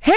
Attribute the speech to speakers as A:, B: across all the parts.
A: Hey,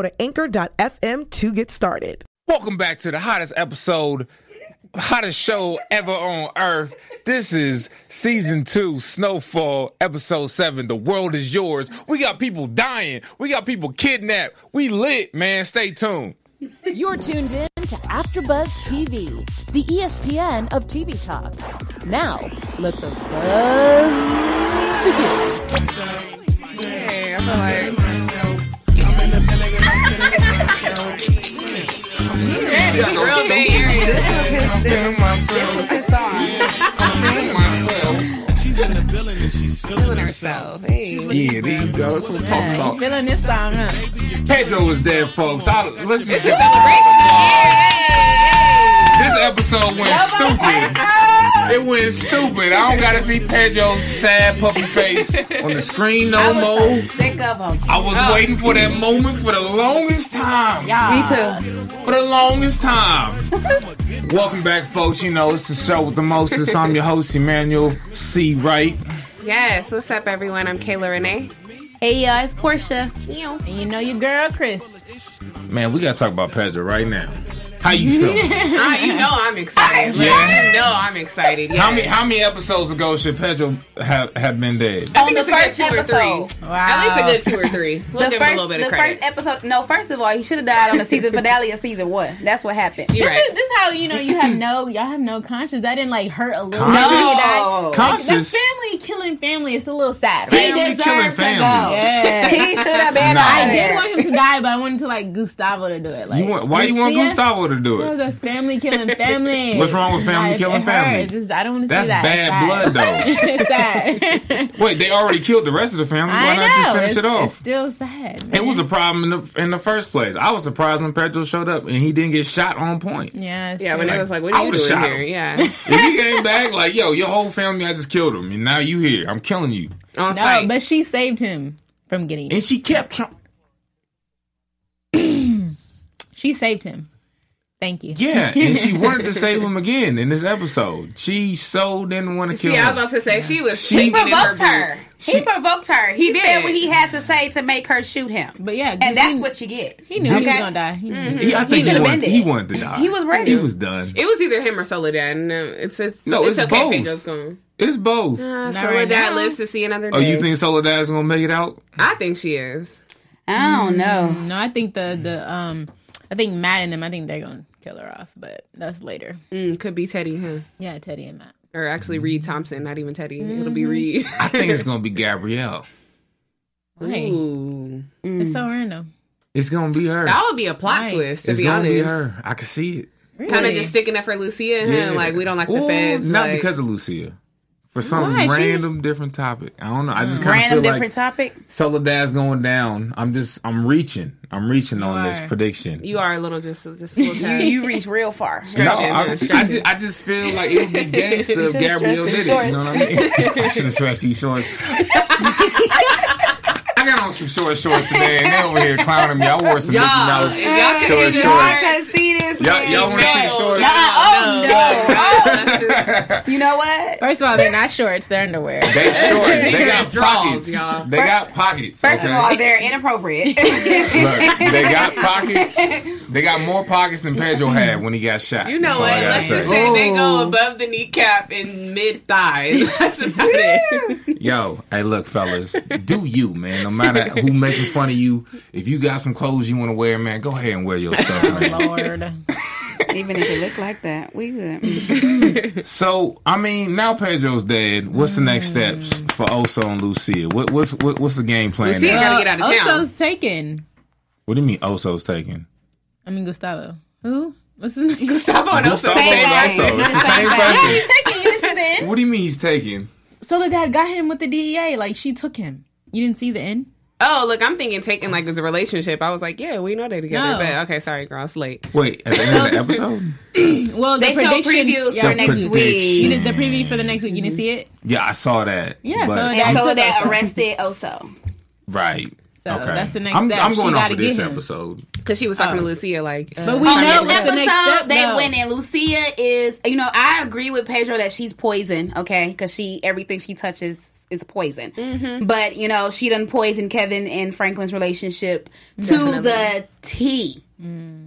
A: to anchor.fm to get started.
B: Welcome back to the hottest episode, hottest show ever on earth. This is season two, Snowfall, episode seven. The world is yours. We got people dying. We got people kidnapped. We lit, man. Stay tuned.
C: You're tuned in to AfterBuzz TV, the E ESPN of TV talk. Now, let the buzz begin.
B: Yeah, I'm like,
D: She's in the building and she's feeling herself.
B: yeah, there you go. That's what I'm talking about.
E: Feeling this song, huh?
B: Pedro is dead, folks. I, let's just This episode went stupid. It went stupid. I don't gotta see Pedro's sad puppy face on the screen no more.
E: Sick of them.
B: I was waiting for that moment for the longest time.
E: oh.
F: Ah.
E: Yeah. Me too.
B: For the longest time. Welcome back, folks. You know, it's the show with the mostest. I'm your host, Emmanuel C. Wright.
F: Yes, what's up, everyone? I'm Kayla Renee.
G: Hey, y'all, it's Portia.
E: And you know your girl, Chris.
B: Man, we gotta talk about Pedro right now. How you feel?
F: Uh, you know I'm excited. Like,
B: Yeah.
F: You know I'm excited. Yeah.
B: How many how many episodes ago should Pedro have, have been dead?
F: I think it's a
E: the
F: good
E: first
F: two or
E: episode.
F: three. At least a good two or three. We'll
E: the
F: give
E: first,
F: him a little bit
E: the
F: of credit.
E: first episode. No, first of all, he should have died on the season finale of season one. That's what happened.
F: You're
G: This
F: right.
G: is, this is how you know you have no y'all have no conscience. That didn't like hurt a little.
B: Conscience?
G: bit.
F: No.
G: Like,
B: Conscious.
G: family killing family. It's a little sad.
E: He
G: Right?
B: Family killing
E: deserved to
B: family.
E: go.
G: Yeah.
E: He should have been
B: Nah.
E: out
G: I did
E: there.
G: want him to die, but I wanted to like Gustavo to do it. Like
B: You want, why you want
G: see it?
B: Gustavo to do
G: Because
B: it?
G: That's family killing family.
B: What's wrong with family
G: Like,
B: killing
G: it hurt.
B: family?
G: It's Just, I don't want to
B: That's
G: see that.
B: bad blood, though.
G: it's sad. it's sad.
B: Wait, they already killed the rest of the family. Why
G: I
B: not just
G: know.
B: finish
G: it's,
B: it off?
G: it's still sad.
B: It
G: man.
B: was a problem in the in the first place. I was surprised when Pedro showed up and he didn't get shot on point.
G: yeah. it's
F: Yeah, when
G: true.
F: it was like, what
B: I
F: are you
B: would've
F: doing
B: shot
F: here?
B: him.
F: Yeah.
B: If he came back like, yo, your whole family, I just killed him, and now you here. I'm killing you.
F: On
G: no,
F: site.
G: but she saved him from getting.
B: And she kept trying.
G: She saved him. Thank you.
B: Yeah, and she wanted to save him again in this episode. She so didn't want to kill
F: See, I was
B: him.
F: about to say she was
E: He
F: shaking in her
E: provoked her.
F: boots.
E: He provoked her. He,
F: He
E: said
F: did.
E: what he had to say to make her shoot him.
G: But yeah,
E: and that's
G: he,
E: what you get.
G: he knew he was
E: Okay. Mm-hmm.
G: gonna die. He knew.
B: he, I think he,
E: should've
B: wanted,
E: been
B: he
E: dead.
B: wanted to die.
E: He was ready.
B: He was done.
F: It was either him or Soledad. No, it's it's
B: No,
F: it's,
B: it's
F: okay.
B: both.
F: Pedro's gone.
B: It's both.
F: Uh,
G: right
F: Soledad
G: now.
F: lives to see another day.
B: oh, you think Soledad's gonna make it out?
F: I think she is.
E: I don't
F: Mm.
E: know.
G: No, I think the
E: Mm-hmm.
G: the um, I think Matt and them. I think they're gonna kill her off, but that's later.
F: Mm, could be Teddy, huh?
G: Yeah, Teddy and Matt.
F: Or actually Reed Thompson, not even Teddy. It'll
E: Mm-hmm.
F: be Reed.
B: I think it's gonna be Gabrielle.
G: Hey,
F: Ooh.
G: it's so random.
B: It's gonna be her.
F: That would be a plot
G: Right.
F: twist, to
B: it's
F: be
B: gonna
F: honest.
B: be her. I can see it.
F: Kind of
G: Really?
F: just sticking up for Lucia and him.
B: Yeah.
F: Like, we don't like the
B: Ooh,
F: feds.
B: Not
F: like,
B: because of Lucia. For some
G: Why? She-
B: random different topic. I don't know. I just kind of feel
E: Random
B: like
E: different topic.
B: Soledad's going down. I'm just I'm reaching. I'm reaching on
G: You
B: this
G: are.
B: prediction.
F: you are a little just, just a little
E: You,
F: tad.
E: you reach real far.
B: no,
F: stretching,
B: I, I,
F: man,
B: just,
F: stretching.
B: I just feel like it would be gangster if
E: You should've
B: Gabrielle did it.
E: stretched
B: You
E: them
B: know what I mean? I should have stretched these shorts. I got on some short shorts today, and they over here clowning me. I wore some Mickey
F: Y'all,
B: Mouse.
F: if y'all
B: Short
F: can see this.
B: shorts.
F: short-
E: see this.
B: Y'all, y'all want to see the
F: No.
B: shorts?
F: Nah.
E: oh no!
F: That's just-
E: you know what?
G: First of all, they're not shorts; they're underwear.
B: They short. They got
F: It's draws,
B: pockets.
F: y'all.
B: They got pockets.
E: First
B: okay?
E: of all, they're inappropriate.
B: Look, they got pockets. They got more pockets than Pedro had when he got shot.
F: You know
B: That's all
F: what?
B: I gotta
F: Let's just
B: say.
F: say they
G: Oh.
F: go above the kneecap and mid thigh. That's about it.
B: Yo, hey, look, fellas, do you, man? No matter who making fun of you, if you got some clothes you want to wear, man, go ahead and wear your stuff, man.
G: Lord,
E: Even if it looked like that, we would.
B: So, I mean, now Pedro's dead. What's the next
G: Mm.
B: steps for Oso and Lucia? What, what's what, what's the game plan?
F: Lucia
B: now?
F: got- Gotta get out of town.
G: Oso's Oh, taken.
B: What do you mean Oso's taken?
G: I mean Gustavo. Who? What's his name?
F: Gustavo and Oso.
B: Gustavo
E: Same
B: and
E: thing.
B: Oso. It's the same
G: yeah,
B: person.
G: he's taken. You didn't see the end.
B: What do you mean he's taken?
G: E Soledad got him with the DEA. Like she took him. You didn't see the end.
F: Oh, look, I'm thinking taken like as a relationship. I was like, yeah, we know they together.
G: No.
F: But okay, sorry, girl, it's late.
B: Wait, at the end of the episode?
G: Well, the
E: They show
G: prediction,
E: previews
G: yeah,
E: for next
B: prediction.
G: you
E: week.
G: did the preview for the next week. You didn't
E: Mm-hmm.
G: see it,
B: Yeah, I saw that.
G: Yeah, so
B: but-
G: that-
E: And so
G: That's
E: they
G: okay.
E: arrested Oso.
B: right.
G: So
B: okay.
G: that's the next
B: I'm,
G: step.
B: I'm
G: She
B: going off
G: gotta
B: of this
G: get him.
B: episode.
F: Because she was talking to Lucia, like, uh,
G: Oh. but we
E: On
G: know
E: this
G: what Oh, the next
E: episode,
G: step.
E: they
G: no.
E: win, and Lucia is. You know, I agree with Pedro that she's poison. Okay, because she everything she touches is poison.
F: Mm-hmm.
E: But you know, she done poison Kevin and Franklin's relationship to the T.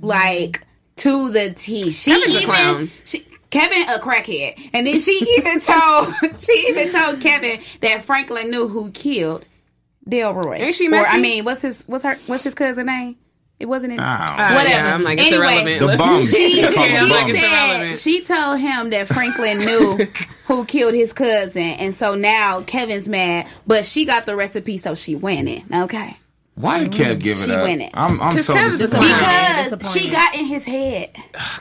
E: Like to the T. She
F: Mm-hmm. Kevin's a
E: even
F: clown.
E: she. Kevin a crackhead, and then she even told she even told Kevin that Franklin knew who killed Delroy.
F: Ain't she
E: Or I
F: messy?
E: mean, what's his what's her what's his cousin name? It wasn't it.
B: Wow.
F: Uh, yeah,
E: Whatever.
F: I'm like, it's
E: Anyway,
F: irrelevant.
B: The bomb.
E: She,
B: They're called
E: she
B: the bomb.
F: it's
E: said
F: irrelevant.
E: she told him that Franklin knew who killed his cousin, and so now Kevin's mad. But she got the recipe, so she winning. Okay,
B: Why did Kev give it
E: She
B: up?
E: win it.
B: I'm, I'm so disappointed.
F: Kev's disappointed.
E: because
G: Disappointed.
E: she got in his head.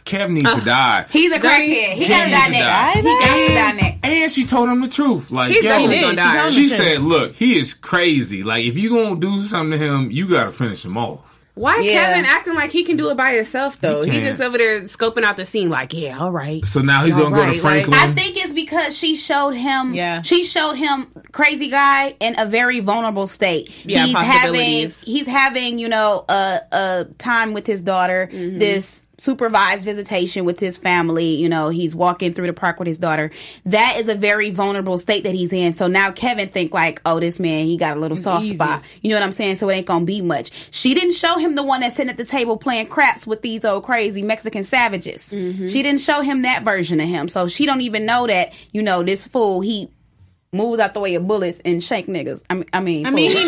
B: Kev needs to die.
E: He's a crackhead. He got to die
B: He died.
E: next. He got to die next.
B: And she told him the truth. Like
F: He's
B: yo,
F: definitely gonna
G: did.
F: die.
G: She's
B: she
G: She
B: said, "Look, he is crazy. Like if you gonna do something to him, you gotta finish him off."
F: Why
E: Yeah.
F: Kevin acting like he can do it by himself though? He,
B: can't.
F: just over there scoping out the scene, like, yeah, all right.
B: So now he's
F: Y'all
B: gonna go to
F: right, like-
B: Franklin.
E: I think it's because she showed him.
G: Yeah.
E: She showed him crazy guy in a very vulnerable state.
F: Yeah,
E: he's having
F: possibilities.
E: he's having you know a a time with his daughter.
G: Mm-hmm.
E: This supervised visitation with his family. You know, he's walking through the park with his daughter. That is a very vulnerable state that he's in. So now Kevin think like, oh, this man he got a little soft
G: easy.
E: spot. You know what I'm saying? So it ain't gonna be much. She didn't show him the one that's sitting at the table playing craps with these old crazy Mexican savages.
G: Mm-hmm.
E: She didn't show him that version of him. So she don't even know that, you know, this fool, he moves out the way of bullets and shake niggas. I mean I mean,
G: I mean, he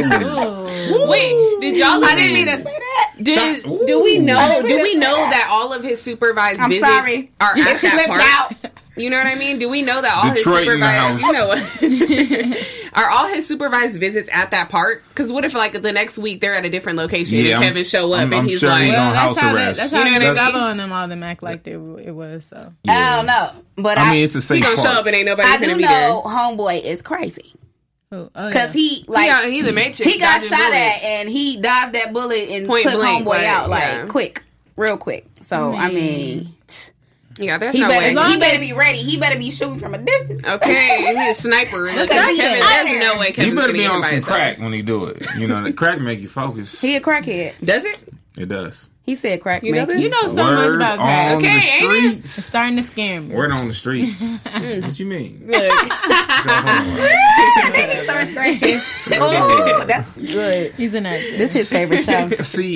E: fool.
G: knows.
F: Wait, did y'all?
E: I didn't mean to say that.
F: Did,
B: Ooh.
F: do we know? Oh,
E: didn't mean
F: Do
E: to
F: we
E: say
F: know
E: that.
F: that all of his supervised
E: I'm
F: visits
E: sorry.
F: are
E: It
F: at that
E: slipped
F: park?
E: out.
F: You know what I mean? Do we know that all
B: Detroit
F: his
B: in the
F: supervised you
B: house.
F: know what? are all his supervised visits at that park? Because what if like the next week they're at a different location and
B: I'm-
F: Kevin show up
B: I'm-
F: and
B: I'm
F: he's
B: sure
F: like,
B: he's on
G: that's
B: house
G: how they,
B: arrest.
G: that's how
F: You know
G: they
F: what I mean?
G: double on them all them act like they, it was. So
E: I don't know. But I,
B: I mean, it's the
F: he
B: safe
F: gonna show
B: part.
F: up and ain't nobody
E: I
F: gonna
E: do
F: be
E: know homeboy is crazy.
G: Ooh, oh,
E: Cause
G: yeah.
E: he
F: there.
E: like
F: yeah, he's a matrix.
E: he got
F: dodging
E: shot at
F: bullets.
E: and he dodged that bullet and
F: Point
E: took
F: blank,
E: homeboy
F: like,
E: out like
F: yeah.
E: quick, real quick. So I mean,
F: Yeah, there's
E: he
F: no
E: better
F: way.
E: he better be ready. He better be shooting from a distance.
F: Okay, he's a sniper. Look,
E: not
F: Kevin,
E: even
F: there's
E: out
F: no way
B: He
F: Kevin's
B: better
F: gonna
B: be
F: get
B: on
F: by
B: some
F: himself.
B: crack when he do it. You know, the crack make you focus.
E: He a crackhead.
F: Does it?
B: It does.
E: He said crack.
F: You know
E: man.
F: this?
G: you know so much
B: Word
G: about
B: on
G: crack.
F: Okay,
B: the
F: ain't it?
G: It's
B: streets.
G: starting to scare me.
B: Word on the street.
F: Mm.
B: what you mean?
E: He starts cracking.
B: Oh,
E: That's good.
G: He's an actor.
E: This his favorite show.
B: See,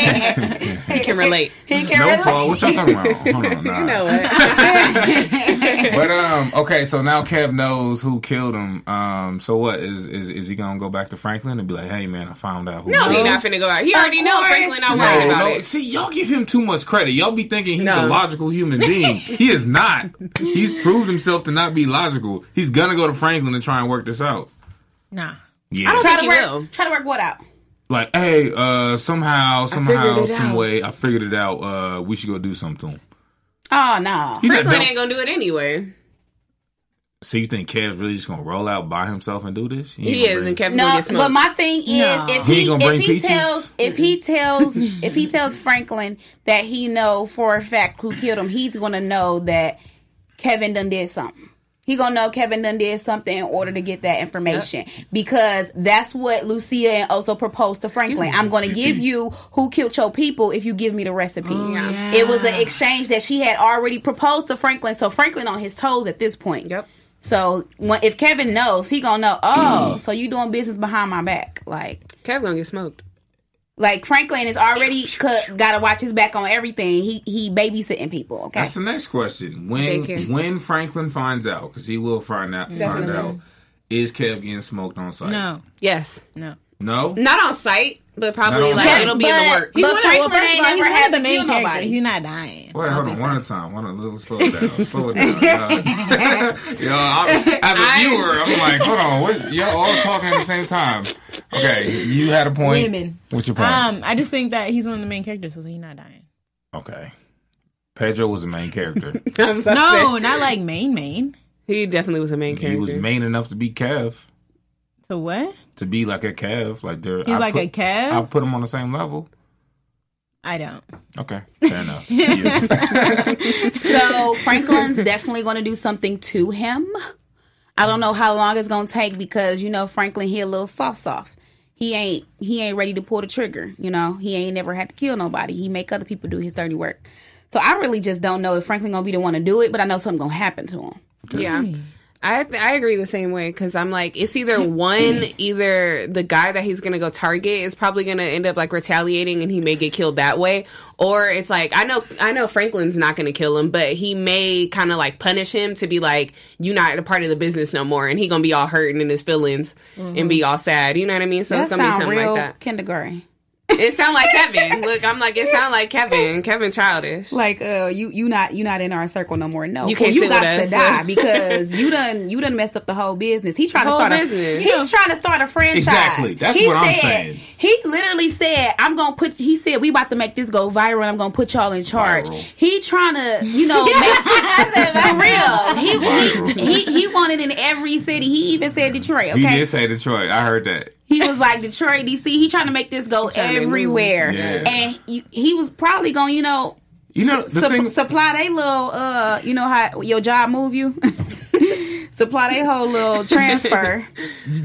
F: He can relate.
E: he can
B: snowfall.
E: relate.
B: What y'all talking about? Hold on, nah.
F: You know what?
B: But um, okay, so now Kev knows who killed him. Um, so what is is is he gonna go back to Franklin and be like, hey man, I found out who?
F: No,
B: did
F: he
B: it?"
F: not finna go out. He already know
E: course.
F: Franklin not
B: No,
F: worried about
B: no.
F: it.
B: See, y'all give him too much credit. Y'all be thinking he's a
F: No.
B: logical human being. he is not. He's proved himself to not be logical. He's gonna go to Franklin and try and work this out.
G: Nah.
B: Yeah.
F: don't
E: Try
F: think
E: to
F: he
E: work.
F: will.
E: Try to work what out?
B: like, hey, uh, somehow, somehow,
F: figured it
B: some
F: out.
B: way, I figured it out. Uh, we should go do something to him.
E: Oh no.
B: He's like,
F: Franklin
B: "No."
F: ain't gonna do it anyway.
B: So you think Kev's really just gonna roll out by himself and do this?
F: He
B: ain't
F: is,
B: gonna
F: and Kevin's gonna
E: No,
F: get smoked.
E: but my thing is
G: No.
E: if
B: He
E: he,
B: ain't gonna bring
E: if he
B: peaches?
E: tells if he tells if he tells Franklin that he know for a fact who killed him, he's gonna know that Kevin done did something. He gonna know Kevin done did something in order to get that information because that's what Lucia and also proposed to Franklin. I'm gonna give you who killed your people if you give me the recipe.
G: yeah.
E: It was an exchange that she had already proposed to Franklin, so Franklin on his toes at this point.
F: Yep.
E: So when, if Kevin knows, he gonna know. Oh, so you doing business behind my back? Like,
F: Kevin gonna get smoked.
E: like Franklin is already cut, gotta watch his back on everything. He he babysitting people. Okay.
B: That's the next question. When
F: Daycare.
B: when Franklin finds out, because he will find out, find out, is Kev getting smoked on site?
G: No.
F: Yes,
G: No.
B: no.
F: not on site, but probably
B: on
F: like
B: site.
F: it'll be in the
E: But-
F: works.
E: but-
G: He's one of- well,
E: Franklin
G: first of
E: ain't
G: all,
E: never
G: he's one
E: had
G: of the
E: to
G: main
E: kill
G: characters.
E: nobody.
G: He's not dying.
B: Wait, hold on, one at a time. One, at a let's slow it down. slow it down. Uh, yo, I, as a viewer, I'm like, hold on, what, y'all all talking at the same time. Okay, you had a point.
G: Women.
B: What's your point?
G: Um, I just think that he's one of the main characters, so he's not dying.
B: okay, Pedro was the main character.
F: I'm so
G: No,
F: upset.
G: not like main main.
F: he definitely was a main
B: he
F: character.
B: was main enough to be Kev.
G: So what?
B: to be like a Kev. Like they're
G: He's like
B: put,
G: a Kev?
B: I put him on the same level.
G: I don't.
B: Okay, fair enough. Yeah.
E: So Franklin's definitely going to do something to him. I don't know how long it's going to take because you know Franklin he a little soft soft. He ain't he ain't ready to pull the trigger. You know he ain't never had to kill nobody. He make other people do his dirty work. So I really just don't know if Franklin gonna be the one to do it, but I know something gonna happen to him.
F: Yeah. I, th- I agree the same way because I'm like it's either one either the guy that he's gonna go target is probably gonna end up like retaliating and he may get killed that way or it's like I know I know Franklin's not gonna kill him but he may kind of like punish him to be like you not a part of the business no more and he gonna be all hurting in his feelings and be all sad you know what I mean so
E: that
F: it's gonna be
E: sound
F: something
E: real
F: like Mm-hmm. that
E: kindergarten.
F: it sound like Kevin look I'm like it sound like Kevin Kevin childish
E: Like uh, you you not you not in our circle no more. No,
F: You can't
E: you
F: sit
E: got
F: with
E: to
F: us.
E: die because you done you done messed up the whole business. He trying to
F: Whole
E: start a
F: business.
E: he's trying to start a franchise.
B: Exactly. That's
E: he
B: what I'm
E: said,
B: saying.
E: He literally said, "I'm gonna put." He said, "We about to make this go viral, and I'm gonna put y'all in charge."
B: Viral.
E: He trying to you know make, for real. He, he he he wanted in every city. He even said Detroit.
B: You
E: Okay,
B: did say Detroit. I heard that.
E: he was like Detroit, DC. He trying to make this go
F: to make
E: everywhere,
B: moves. Yeah.
E: and you, he was probably gonna you know
B: You know the
E: Sup-
B: thing.
E: supply they little uh you know how your job move you supply they whole little transfer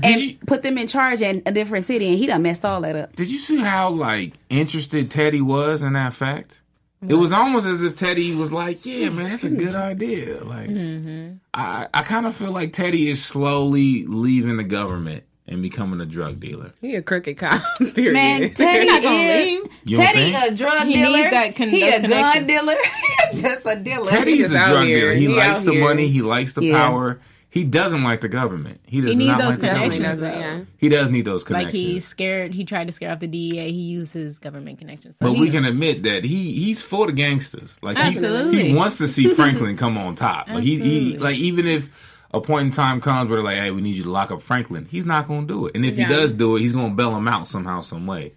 E: and
B: you-
E: put them in charge in a different city and he done messed all that up
B: did you see how like interested Teddy was in that fact? It was almost as if Teddy was like, "Yeah, man, that's a good idea." Like, I I kind of feel like Teddy is slowly leaving the government and becoming a drug dealer.
F: he a crooked cop period
E: man teddy
G: not gonna
E: is
G: leave.
B: You don't
E: teddy uh,
B: think?
E: a drug
G: He
E: dealer
G: needs that con-
E: he
G: those
E: a gun
G: connections.
E: dealer just a dealer
B: Teddy's
F: He's
B: a
F: out
B: drug
F: here.
B: dealer. He,
F: He
B: likes
F: out
B: the
F: here.
B: money. He likes the
E: Yeah.
B: power. He doesn't like the government. He does
G: He needs
B: not
G: those
B: like the
F: Definitely
G: connections,
B: government.
F: doesn't,
G: though.
F: yeah.
B: He does need those
G: Like
B: connections.
G: he's scared. He tried to scare off the DEA. He used his government connections. So
B: but
G: he-
B: we can admit that he he's for the gangsters. Like he,
G: Absolutely.
B: he wants to see Franklin come on top. Like he, he
G: Absolutely.
B: like even if a point in time comes where they're like, hey, we need you to lock up Franklin, he's not going to do it. And if
G: Yeah.
B: he does do it, he's going to bail him out somehow, some way.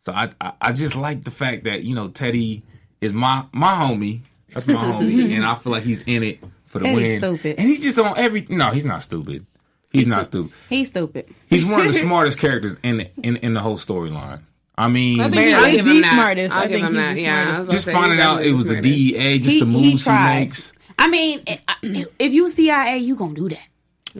B: So I, I I just like the fact that you know Teddy is my my homie. That's my homie, and I feel like he's in it for the
E: Teddy's
B: win.
E: stupid.
B: And he's just on every. No, he's not stupid. He's not stupid.
E: he's stupid
B: He's one of the smartest characters in the, in in the whole storyline. I mean,
G: think he
F: I'll
G: is
F: give
G: the
F: him that.
G: smartest.
F: I'll
G: I
F: give
G: think
F: him
G: he's
F: that.
G: the
F: Yeah, I was
G: smartest.
F: gonna
B: just
F: say,
B: finding
F: he's
B: out it was the
F: definitely smartest.
B: DEA, just
E: he,
B: the
E: he
B: moves he,
E: tries
B: makes.
E: i mean I- if you cia you gonna do that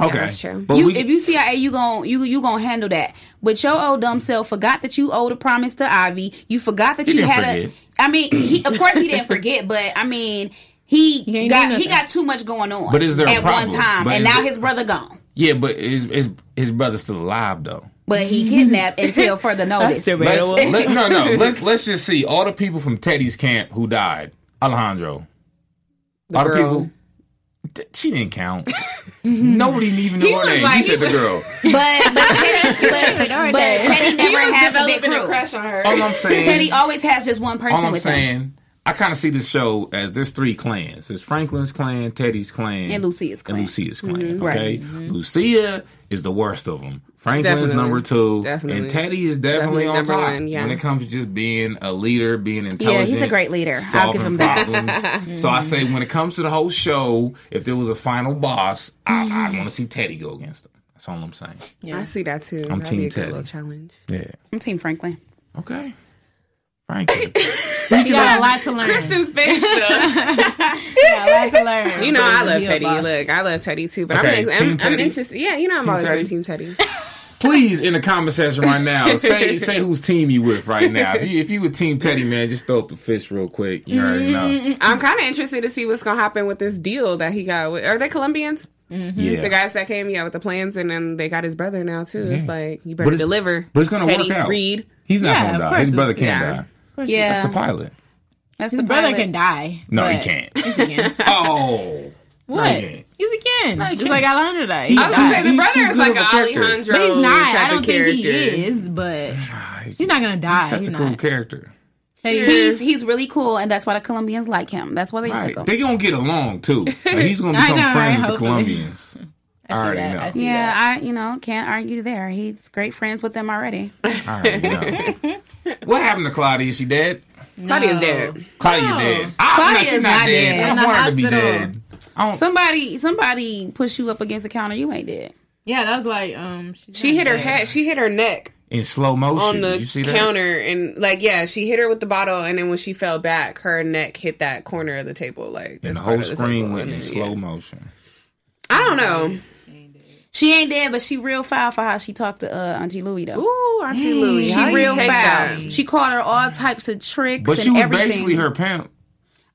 B: Okay,
F: that's true.
B: But
E: you,
B: we,
E: if you CIA, you gon' you you gonna handle that. But your old dumb self forgot that you owed a promise to Ivy. You forgot that
B: He
E: you
B: didn't
E: had
B: forget.
E: a. I mean, he, of course he didn't forget, but I mean, he,
G: ain't
E: got he
G: do nothing.
E: got too much going on.
B: But is there a
E: at
B: problem?
E: one time?
B: But
E: and
B: is
E: now
B: it-
E: his brother gone,
B: yeah, but his, his his brother's still alive though.
E: but he kidnapped until further notice.
B: Let's, let, no, no. Let's let's just see all the people from Teddy's camp who died. Alejandro, all the
F: girl.
B: people. Th- She didn't count. Nobody even knew her
F: was
B: name.
F: like-
B: you said the girl.
E: But but Teddy, but, but Teddy never has a big
F: developing
E: crew.
F: a crush on her.
B: All I'm saying.
E: Teddy always has just one person
B: all I'm
E: with him,
B: saying. I kind of see this show as there's three clans. There's Franklin's clan, Teddy's clan,
E: And Lucia's clan.
B: And
E: Mm-hmm.
B: Lucia's clan.
E: Right.
B: Okay, Lucia is the worst of them. Franklin's
F: Definitely.
B: number two,
F: Definitely.
B: and Teddy is definitely,
F: Definitely
B: on
F: number
B: top
F: one, yeah.
B: when it comes to just being a leader, being intelligent.
E: great leader. I'll
B: solving
E: give him that.
B: problems. so I say, when it comes to the whole show, if there was a final boss, I,
E: Mm-hmm.
B: I want to see Teddy go against him. That's all I'm saying.
F: I see that too.
B: I'm
F: That'd
B: Team
F: be a good
B: Teddy.
F: little challenge.
B: Yeah.
E: I'm Team Franklin.
B: Okay. Franklin.
G: You got a lot to learn.
F: Kristen's face. though.
G: You got a lot to learn.
F: you know I love
G: He a
F: Teddy.
G: boss.
F: Look, I love Teddy too. But
B: Okay,
F: I'm,
B: Team
F: I'm, I'm
B: Teddy.
F: interested. Yeah, you know I'm always
B: Teddy.
F: on Team Teddy.
B: please in the comment section right now say say whose team you with right now. If you if you with Team Teddy, man, just throw up a fist real quick. You already know.
G: Mm-hmm.
F: I'm kind of interested to see what's gonna happen with this deal that he got. With, are they Colombians?
B: Yeah.
F: The guys that came, yeah, with the plans, and then they got his brother now too. It's
B: Yeah.
F: like you
B: But
F: better
B: it's-
F: deliver.
B: but it's gonna
F: Teddy,
B: work out.
F: Reed.
B: He's not
G: Yeah,
B: gonna
G: of
B: die.
G: course.
B: His brother can't
F: Yeah.
B: die.
E: Yeah,
B: That's the pilot.
E: that's
G: His
E: the
G: brother
E: pilot.
G: can die.
B: No, he
G: but-
B: can't.
G: Yes, he can.
B: Oh.
G: What?
B: can't.
G: Yes, he can. Just like Alejandro died.
B: He
F: I was gonna say the
B: He's
F: brother
B: too
F: is
B: good
F: like
B: of a
F: an
B: character.
F: Alejandro.
G: But he's not.
F: Type
G: I don't
F: of
G: think
F: character.
G: he is, but he's not gonna die.
B: Ah, Such
G: he's
B: a
G: not.
B: cool character.
G: Teddy-
E: He's he's really cool, and that's why the Colombians like him. That's why they
B: Right.
E: took him.
B: They gonna get along too. Like, he's gonna
G: I
B: become
G: know,
B: friends
G: right?
B: with the
G: Hopefully.
B: Colombians. I,
G: see
B: already
G: that. I
B: know.
G: see
E: yeah, I you know can't argue there. He's great friends with them already.
B: I already know. what happened to Claudia? Is she dead?
F: Claudia's dead.
B: Claudia
G: No.
B: dead. Ah, no,
E: Claudia's
B: she's
E: not dead.
B: I
G: In the
B: want her to be
G: hospital.
B: dead. I don't,
E: Somebody somebody push you up against the counter. You ain't dead.
G: Yeah, that was why um she,
F: She hit her head. She hit her neck
B: in slow motion.
F: on the
B: you see that?
F: counter, and like yeah, she hit her with the bottle, and then when she fell back, her neck hit that corner of the table. Like
B: And
F: this
B: the
F: part
B: whole
F: of the
B: screen
F: table,
B: went
F: and
B: in
F: then,
B: slow
F: yeah.
B: motion.
F: I don't know.
E: She ain't dead, but she real foul for how she talked to uh, Auntie Louie though.
F: Ooh, Auntie Louie,
E: she real foul. She called her all types of tricks
B: But
E: and
B: she was
E: everything.
B: basically her pimp.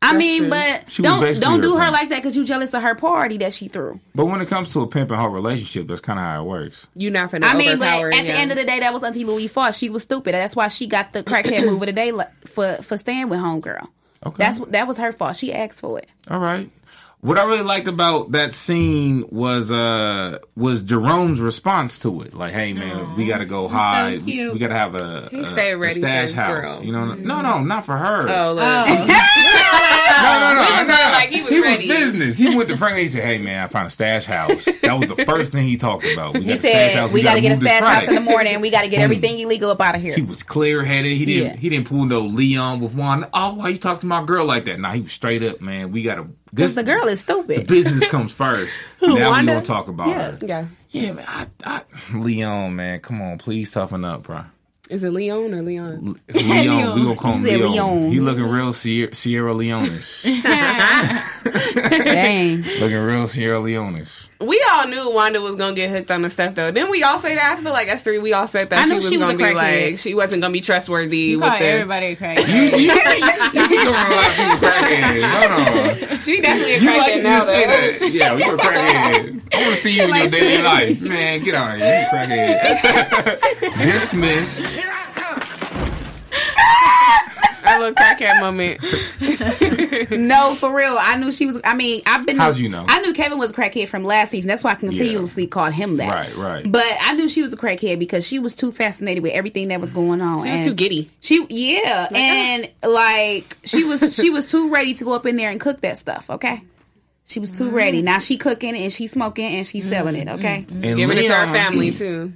E: I mean, but
B: She was
E: don't
B: basically
E: don't do
B: her
E: her
B: friend.
E: like that because you jealous of her party that she threw.
B: But when it comes to a pimp and her relationship, that's kind of how it works.
F: You not finna
E: I mean, but
F: overpower
E: at the
F: him.
E: end of the day, that was Auntie Louie fault. She was stupid. That's why she got the crackhead move of the day like, for for staying with homegirl.
B: Okay.
E: That's that was her fault. She asked for it.
B: All right. What I really liked about that scene was uh was Jerome's response to it. Like, hey man, we gotta go hide. We- We,
G: cute.
B: gotta have a, a,
F: stayed
B: a
F: ready for
B: stash
F: his
B: house.
F: girl.
B: You know? No, no, not for her.
F: Oh, look.
B: no, no, no.
F: He was
B: no, no.
F: like, he was ready.
B: business. He went to Franklin. He said, "Hey man, I found a stash house." That was the first thing he talked about. We got
E: He
B: a stash
E: said
B: house.
E: we, got to get a
B: move this
E: stash house in
B: Friday."
E: the morning. We got to get everything illegal up out of here.
B: He was clear headed. He didn't.
E: Yeah.
B: He didn't pull no Leon with one. Oh, why you talk to my girl like that? Nah, he was straight up, man. We gotta. This
E: Because the girl is
B: The
E: stupid.
B: business comes first. now we
F: Wanda?
B: gonna talk about
E: Yeah.
B: her.
F: yeah.
B: Yeah, man. I, I, Leon, man, come on, please toughen up, bro.
F: Is it Leon or Leon?
B: It's Leon, we gonna call him
E: He said
B: Leon.
E: Leon.
B: He looking real Sierra, Sierra Leoneish.
E: Dang.
B: looking real Sierra Leoneish.
F: We all knew Wanda was gonna get hooked on the stuff though. Didn't we all say that? I feel like us three, we all said that
E: I knew she was
F: gonna
E: a
F: be
E: crackhead.
F: like she wasn't gonna be trustworthy with
G: Probably
F: the.
G: everybody a crackhead.
B: You, you, you gonna laugh at the crackhead? Hold on.
F: She definitely a
B: You like
F: crackhead
B: to
F: now
B: just say
F: though.
B: that? Yeah, we were crackhead. I want to see you in your daily life, man. Get out of here, you crackhead. Dismissed.
F: I love crackhead moment.
E: No, for real. I knew she was. I mean, I've been.
B: How'd you know?
E: I knew Kevin was a crackhead from last season. That's why I continuously called him that.
B: Right, right.
E: But I knew she was a crackhead because she was too fascinated with everything that was going on.
F: She was too uh-huh. giddy.
E: She yeah, and like she was she was too ready to go up in there and cook that stuff. Okay, she was too ready. Now she cooking and she smoking and she selling it. Okay,
B: And
F: Giving it to our
B: Leon-
F: family too.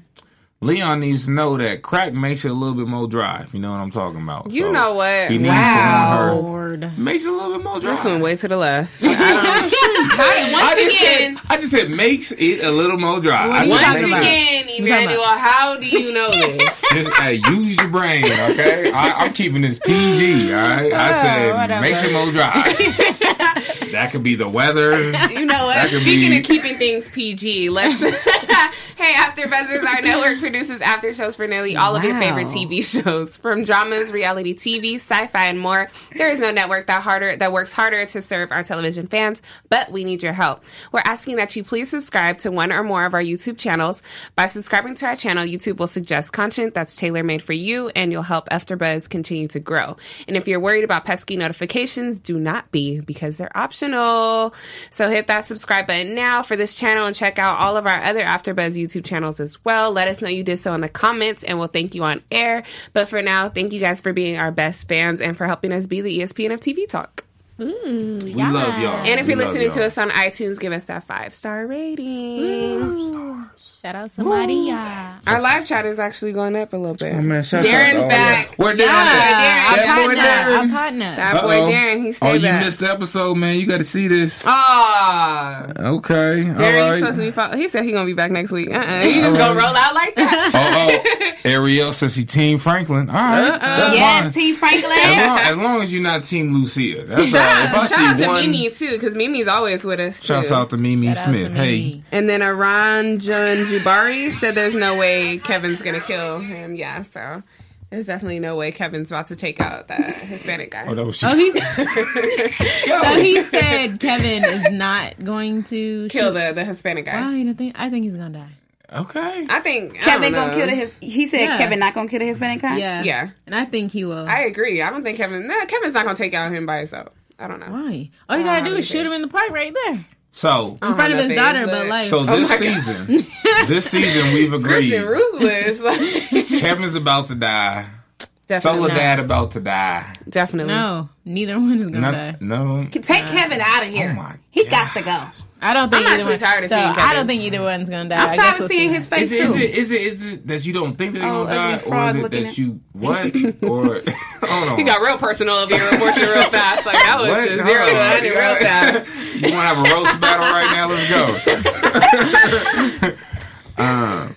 B: Leon needs to know that crack makes it a little bit more drive. You know what I'm talking about.
F: You
B: So,
F: know what?
B: He needs to learn her.
G: Lord.
B: Makes it a little bit more dry.
F: This one way to the left. once
B: I just
F: again,
B: said, I just said makes it a little more dry. I said
F: once
B: makes it-
F: again, Emmanuel, how do you know this?
B: Just, hey, use your brain, okay? I, I'm keeping this PG, all right? I said
G: whatever.
B: makes it more dry. that could be the weather.
F: You know what?
B: That could
F: Speaking
B: be-
F: of keeping things PG, let's. hey, After Buzzers, our network produces after shows for nearly all of your
E: Wow.
F: favorite TV shows, from dramas, reality TV, sci-fi, and more. There is no network that harder that works harder to serve our television fans. But we need your help. We're asking that you please subscribe to one or more of our YouTube channels. By subscribing to our channel, YouTube will suggest content that's tailor made for you, and you'll help AfterBuzz continue to grow. And if you're worried about pesky notifications, do not be because they're optional. So hit that subscribe button now for this channel and check out all of our other AfterBuzz YouTube channels as well. Let us know you did so in the comments, and we'll thank you on air. But for now, thank you guys for being our best fans and for helping us be the E ESPN of TV talk.
B: We love y'all.
F: And if you're
B: We love
F: listening to
B: y'all.
F: us on iTunes, give us that five star rating.
G: Shout out to Maria.
F: Our live chat is actually going up a little bit.
B: Oh, man, shout out to
F: Darren's
B: all
F: back.
B: y'all. Where Darren at?
F: Darren,
B: That
F: our
B: boy
F: partner,
B: Darren.
G: Our partner.
F: That boy
B: Uh-oh.
F: Darren, he
B: Oh,
F: stayed
B: you
F: back.
B: missed the episode, man. You got to see this.
F: Ah,
B: Okay. All
F: Darren,
B: right.
F: he's supposed to be. Fo- he said he gonna be back next week. Uh, uh he just gonna
B: right.
F: roll out like that.
B: Oh, oh. Ariel says he Team Franklin. All right. That's fine.
E: yes, T. Franklin.
B: as, long, as long as you're not Team Lucia. That's all right. If I
F: shout
B: see
F: out to
B: one,
F: Mimi too, because Mimi's always with us.
B: shouts
F: too.
B: out to Mimi
G: Shout out
B: Smith.
G: to
B: Hey,
G: Mimi.
F: And then Aran John Jubari said there's no way Kevin's gonna kill him. Yeah, so there's definitely no way Kevin's about to take out that Hispanic guy.
B: oh, that was she.
G: Oh, he's. so he said Kevin is not going to
F: kill the, the Hispanic guy.
G: Oh, you don't think? I think he's gonna die.
B: Okay.
F: I think I
E: Kevin
F: don't
E: gonna kill
F: know.
E: the his. He said
G: Yeah.
E: Kevin not gonna kill the Hispanic guy.
G: Yeah.
F: Yeah.
G: And I think he will.
F: I agree. I don't think Kevin. Nah, Kevin's not gonna take out him by himself. I don't know.
G: Why? All you
F: Uh,
G: gotta do is shoot him in the park right there, in
B: So,
F: In
G: front of his daughter. But like,
B: so this season, this season we've
F: Kristen
B: agreed.
F: ruthless. Like,
B: Kevin's about to die.
F: definitely,
B: Soledad about to die.
F: definitely.
G: no, neither one is gonna die.
B: Not, no.
E: Take Kevin out of here.
B: Oh my
E: he got to go.
G: I don't think.
F: I'm
G: either
F: actually
G: one-
F: tired of
G: so
F: seeing
G: I
F: Kevin.
G: don't think either one's gonna die. I
E: I'm
G: guess
E: tired
G: we'll
E: of
G: see.
E: seeing his face
B: Is it, is,
E: too.
B: it, is, it, is it that you don't think they're
E: Oh,
B: going to
E: ugly
B: die? Or
E: frog
B: is it
E: looking
B: that
E: at-
B: you. What? or. Hold on.
F: He got real personal over your abortion real fast. Like that was
B: What?
F: just
B: Hold
F: zero to
B: on.
F: hundred real fast.
B: You want to have a roast battle right now? Let's go. Um,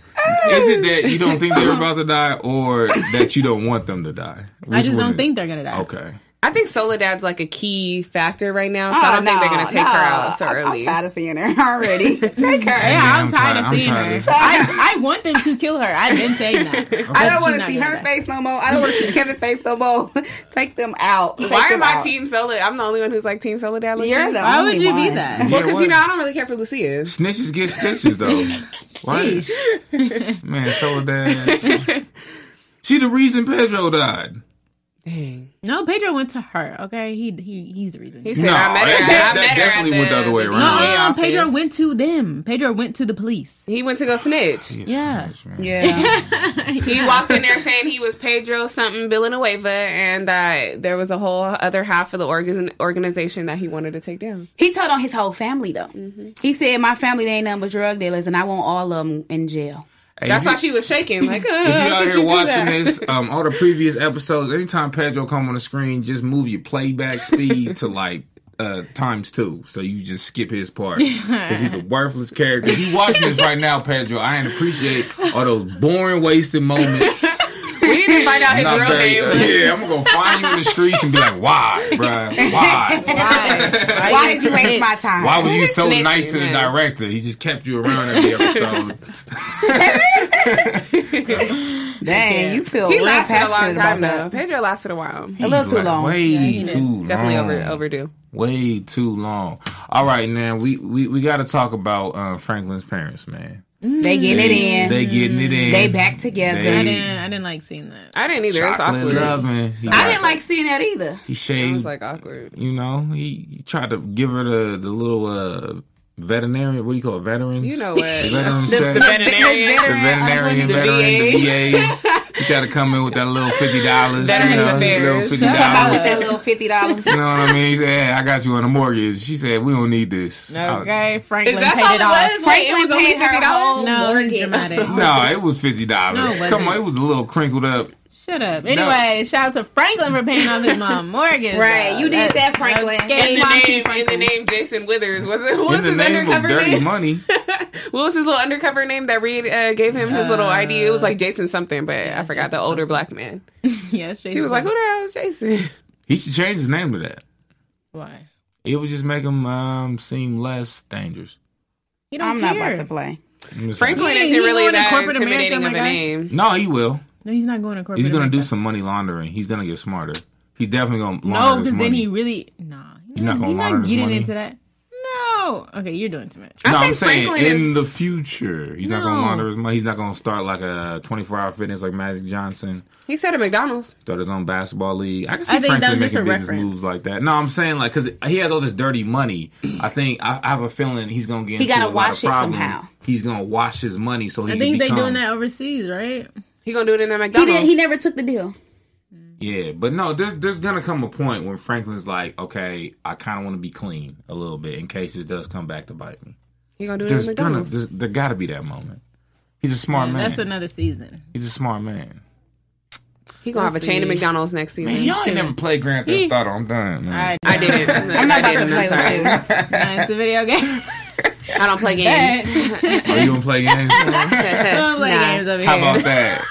B: is it that you don't think they're about to die, or that you don't want them to die?
G: I
B: Which
G: just
B: one
G: don't
B: is-
G: think they're gonna die.
B: Okay.
F: I think Soledad's like a key factor right now, so I don't
E: Oh,
F: think they're
E: no,
F: gonna take
E: no.
F: her out so
E: I-
F: early.
E: I'm tired of seeing her already. take her.
G: Yeah, I'm,
B: I'm
G: tired
B: tired-
G: of
B: I'm
G: seeing
B: tired of
G: her.
B: this.
G: I, I want them to kill her. I've been saying that.
E: I don't want to see her face no more. I don't want to see Kevin's face no more. Take them out. Take
F: Why
E: them
F: am I
E: out.
F: team Soledad? I'm the only one who's like team Soledad. Lucia.
E: You're the
G: Why would
E: only
G: you be
E: one.
G: that?
F: Well,
B: Yeah,
F: because
B: what?
F: you know I don't really care for Lucia.
B: Snitches get stitches though. Why? Man, Soledad. She the reason Pedro died.
F: Dang.
G: No, Pedro went to her. Okay, he he he's the reason.
F: He said
B: No,
F: I met her.
B: that-
F: at-
B: that- that
F: I met her at
B: definitely went the other way
F: the
B: around.
G: no,
E: Uh-uh,
F: DA
G: no, no,
F: office.
G: Pedro went to them. Pedro went to the police.
F: He went to go snitch.
G: Yeah.
B: Snitch, man.
E: Yeah.
F: He walked in there saying he was Pedro something Villanueva, and that there was a whole other half of the organ- organization that he wanted to take down.
E: he told on his whole family though.
F: Mm-hmm.
E: He said my family they ain't nothing but drug dealers, and I want all of them in jail.
B: Hey,
F: That's
B: if
F: why
B: you-
F: she was shaking. Like, uh,
B: If you
F: how
B: out
F: could
B: here
F: you do
B: watching
F: that?
B: this, um, all the previous episodes, anytime Pedro come on the screen, just move your playback speed to like uh, times two, so you just skip his part because he's a worthless character. If you watching this right now, Pedro, I ain't appreciate all those boring, wasted moments.
F: we need to find out his
B: Not
F: real
B: very-
F: name.
B: uh, yeah, I'm gonna go find you in the streets and be like, why, bruh? Why?
G: Why,
E: Why did you waste my time?
B: Why was you so
F: Snitching,
B: nice to the
F: man.
B: director? He just kept you around every episode.
E: Dang, you feel
F: He
E: real
F: lasted a long
E: passionate about
F: time though.
E: that.
F: Pedro lasted a while.
E: A little too
B: Like,
E: long.
B: Way too long.
F: Definitely over overdue.
B: way too long. All right, now we we, we got to talk about uh, Franklin's parents, man.
E: They getting it in.
B: They getting it in.
E: They back together.
G: I
B: They
G: didn't. I didn't like seeing that.
F: I didn't either. It's
B: chocolate
F: awkward.
B: loving. He,
E: I didn't like seeing that either.
B: He
F: It
B: shaved.
F: was like awkward.
B: you know, he, he tried to give her the the little uh, veterinarian. What do you call it? Veterans.
F: You know
B: The
F: what?
B: veterans
E: The,
B: check?
E: the,
F: veterinarian.
E: this
B: The veterinarian,
E: unlimited-
B: veteran,
F: VA.
B: the VA. He tried to come in with that little fifty dollars.
F: Veterans
B: you know,
F: Affairs.
B: Little fifty
E: Talking about with that
B: dollars.
E: little fifty dollars.
B: You know what I mean? He said, "Hey, I got you on a mortgage." She said, "We don't need this." I-
G: Okay, Franklin
F: Is that
G: paid
F: all
G: it
F: it
G: off.
F: was? Wait, it was
E: Franklin
F: only
E: paid her
F: fifty dollars.
E: whole-
G: No, this is
E: Morgan.
G: dramatic.
B: No, it was fifty dollars.
G: No, it wasn't.
B: Come on, it was a little crinkled up.
G: Shut up. Anyway, shout out to Franklin for paying off his mom mortgage.
E: Right,
G: though.
E: you did that, Franklin.
G: okay.
F: In the
E: Mom, she
F: name, in the name, Jason Withers was it? What was
B: in
F: his
B: the name of
F: undercover
B: dirty
F: name?
B: money.
F: What was his little undercover name that Reed uh, gave him his little ID? It was like Jason something, but I forgot the older black man.
G: Yes,
F: She was like, "Who the hell is Jason?"
B: He should change his name to that.
G: Why?
B: It would just make him um, seem less dangerous.
G: He don't
E: I'm
G: care.
E: not about to play.
B: I'm just saying.
F: Franklin
G: Yeah,
F: isn't
G: he
F: really
G: going to
F: that
G: corporate America,
F: intimidating
G: my
F: of a
G: guy.
F: name.
B: No, he will.
G: No, he's not going to corporate.
B: He's gonna do
G: America.
B: some money laundering. He's gonna get smarter. He's definitely gonna launder
G: No,
B: his
G: because
B: money.
G: then he really nah. You're
B: not gonna
G: not, you're
B: launder
G: not
B: his
G: getting
B: money.
G: into that. No. Okay, you're doing too much.
B: no, I'm
F: think
B: saying
F: Franklin
B: in
F: is-
B: the future, he's not gonna
G: No.
B: launder his money. He's not gonna start like a 24-hour fitness like Magic Johnson.
F: He said at McDonald's.
B: Start his own basketball league. I can see
G: I think that
B: Franklin
G: was just
B: making
G: a
B: business
G: reference.
B: moves like that. No, I'm saying like because he has all this dirty money. I think I, I have a feeling he's gonna get. Into
E: gotta
B: a lot
E: wash
B: of
E: it
B: problem.
E: somehow.
B: He's gonna wash his money so he.
G: I
B: can
G: think they're
B: become-
G: doing that overseas, right?
F: He gonna do it in a
E: He
F: McDonald's.
E: didn't. He never took the deal.
B: Yeah, but no, there, there's gonna come a point when Franklin's like, okay, I kind of want to be clean a little bit in case it does come back to bite
G: Mm,
B: me.
F: He gonna do it in
B: There's
F: a
B: gonna
F: McDonald's.
B: there's, there gotta be that moment. He's a smart man.
G: That's another season.
B: he's a smart man.
F: He gonna have a chain of
G: see.
F: McDonald's next season.
B: Man, y'all ain't never played Grand Theft Auto. I'm done, man.
G: I,
F: I didn't.
E: I'm
F: I
E: not about to
F: didn't. I'm
E: play
F: sorry.
E: with you.
G: it's a video game.
F: I don't play games.
B: Are you gonna play games? How
G: Don't play games over here.
B: about that?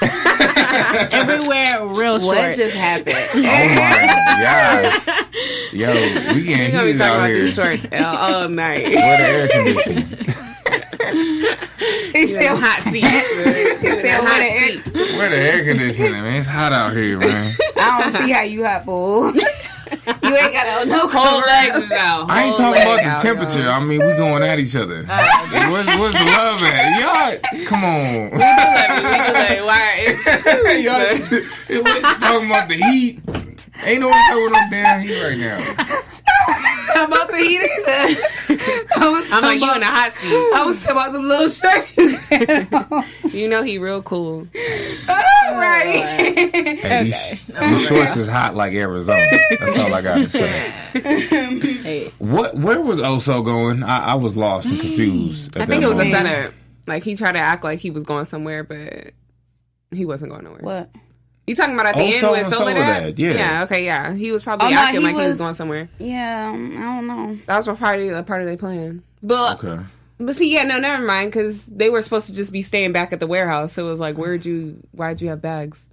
G: Everywhere, real short.
E: What just happened?
B: Oh my god. Yo, we
F: We're
B: getting
F: gonna be
B: heated
F: talking
B: out
F: about
B: here.
F: these
B: Where
F: shorts all, all night.
B: the air conditioning?
E: He's still hot.
F: Hot seat. hot seat.
B: Where the air conditioning, man? It's hot out here, man.
E: I don't see how you hot fool. you ain't got no
F: Whole
E: cold.
F: legs is out.
B: I ain't
F: Whole
B: talking about
F: leg
B: the
F: out,
B: temperature.
F: y'all.
B: I mean, we going at each other. what's, what's the love at? Y'all, come on.
F: Let me- we can like, why it's-
B: Y'all just- it wasn't talking about the heat. Ain't no one talking about damn heat right now.
E: How about the heat either? I was
F: I'm
E: talking
F: like, you
E: about
F: in a hot seat.
E: I was talking about them little shirts you had on.
F: You know he real cool.
E: All right.
B: Hey, these, these shorts is hot like Arizona. That's all I gotta say.
G: Hey,
B: What? Where was Oso going? I, I was lost and confused.
F: I think it was a setup. Like he tried to act like he was going somewhere, but he wasn't going nowhere.
E: What?
F: You talking about at the
B: Oh,
F: end
B: Sol
F: with
B: and
F: Soledad?
B: Soledad, yeah.
F: okay, yeah. He was probably
E: Oh, no,
F: acting
E: he
F: like he was
E: was-
F: going somewhere.
E: Yeah, um, I don't know.
F: That was probably a part of their plan. But
B: Okay.
F: But see, yeah, no, never mind, because they were supposed to just be staying back at the warehouse. So it was like, where'd you? Why'd you have bags?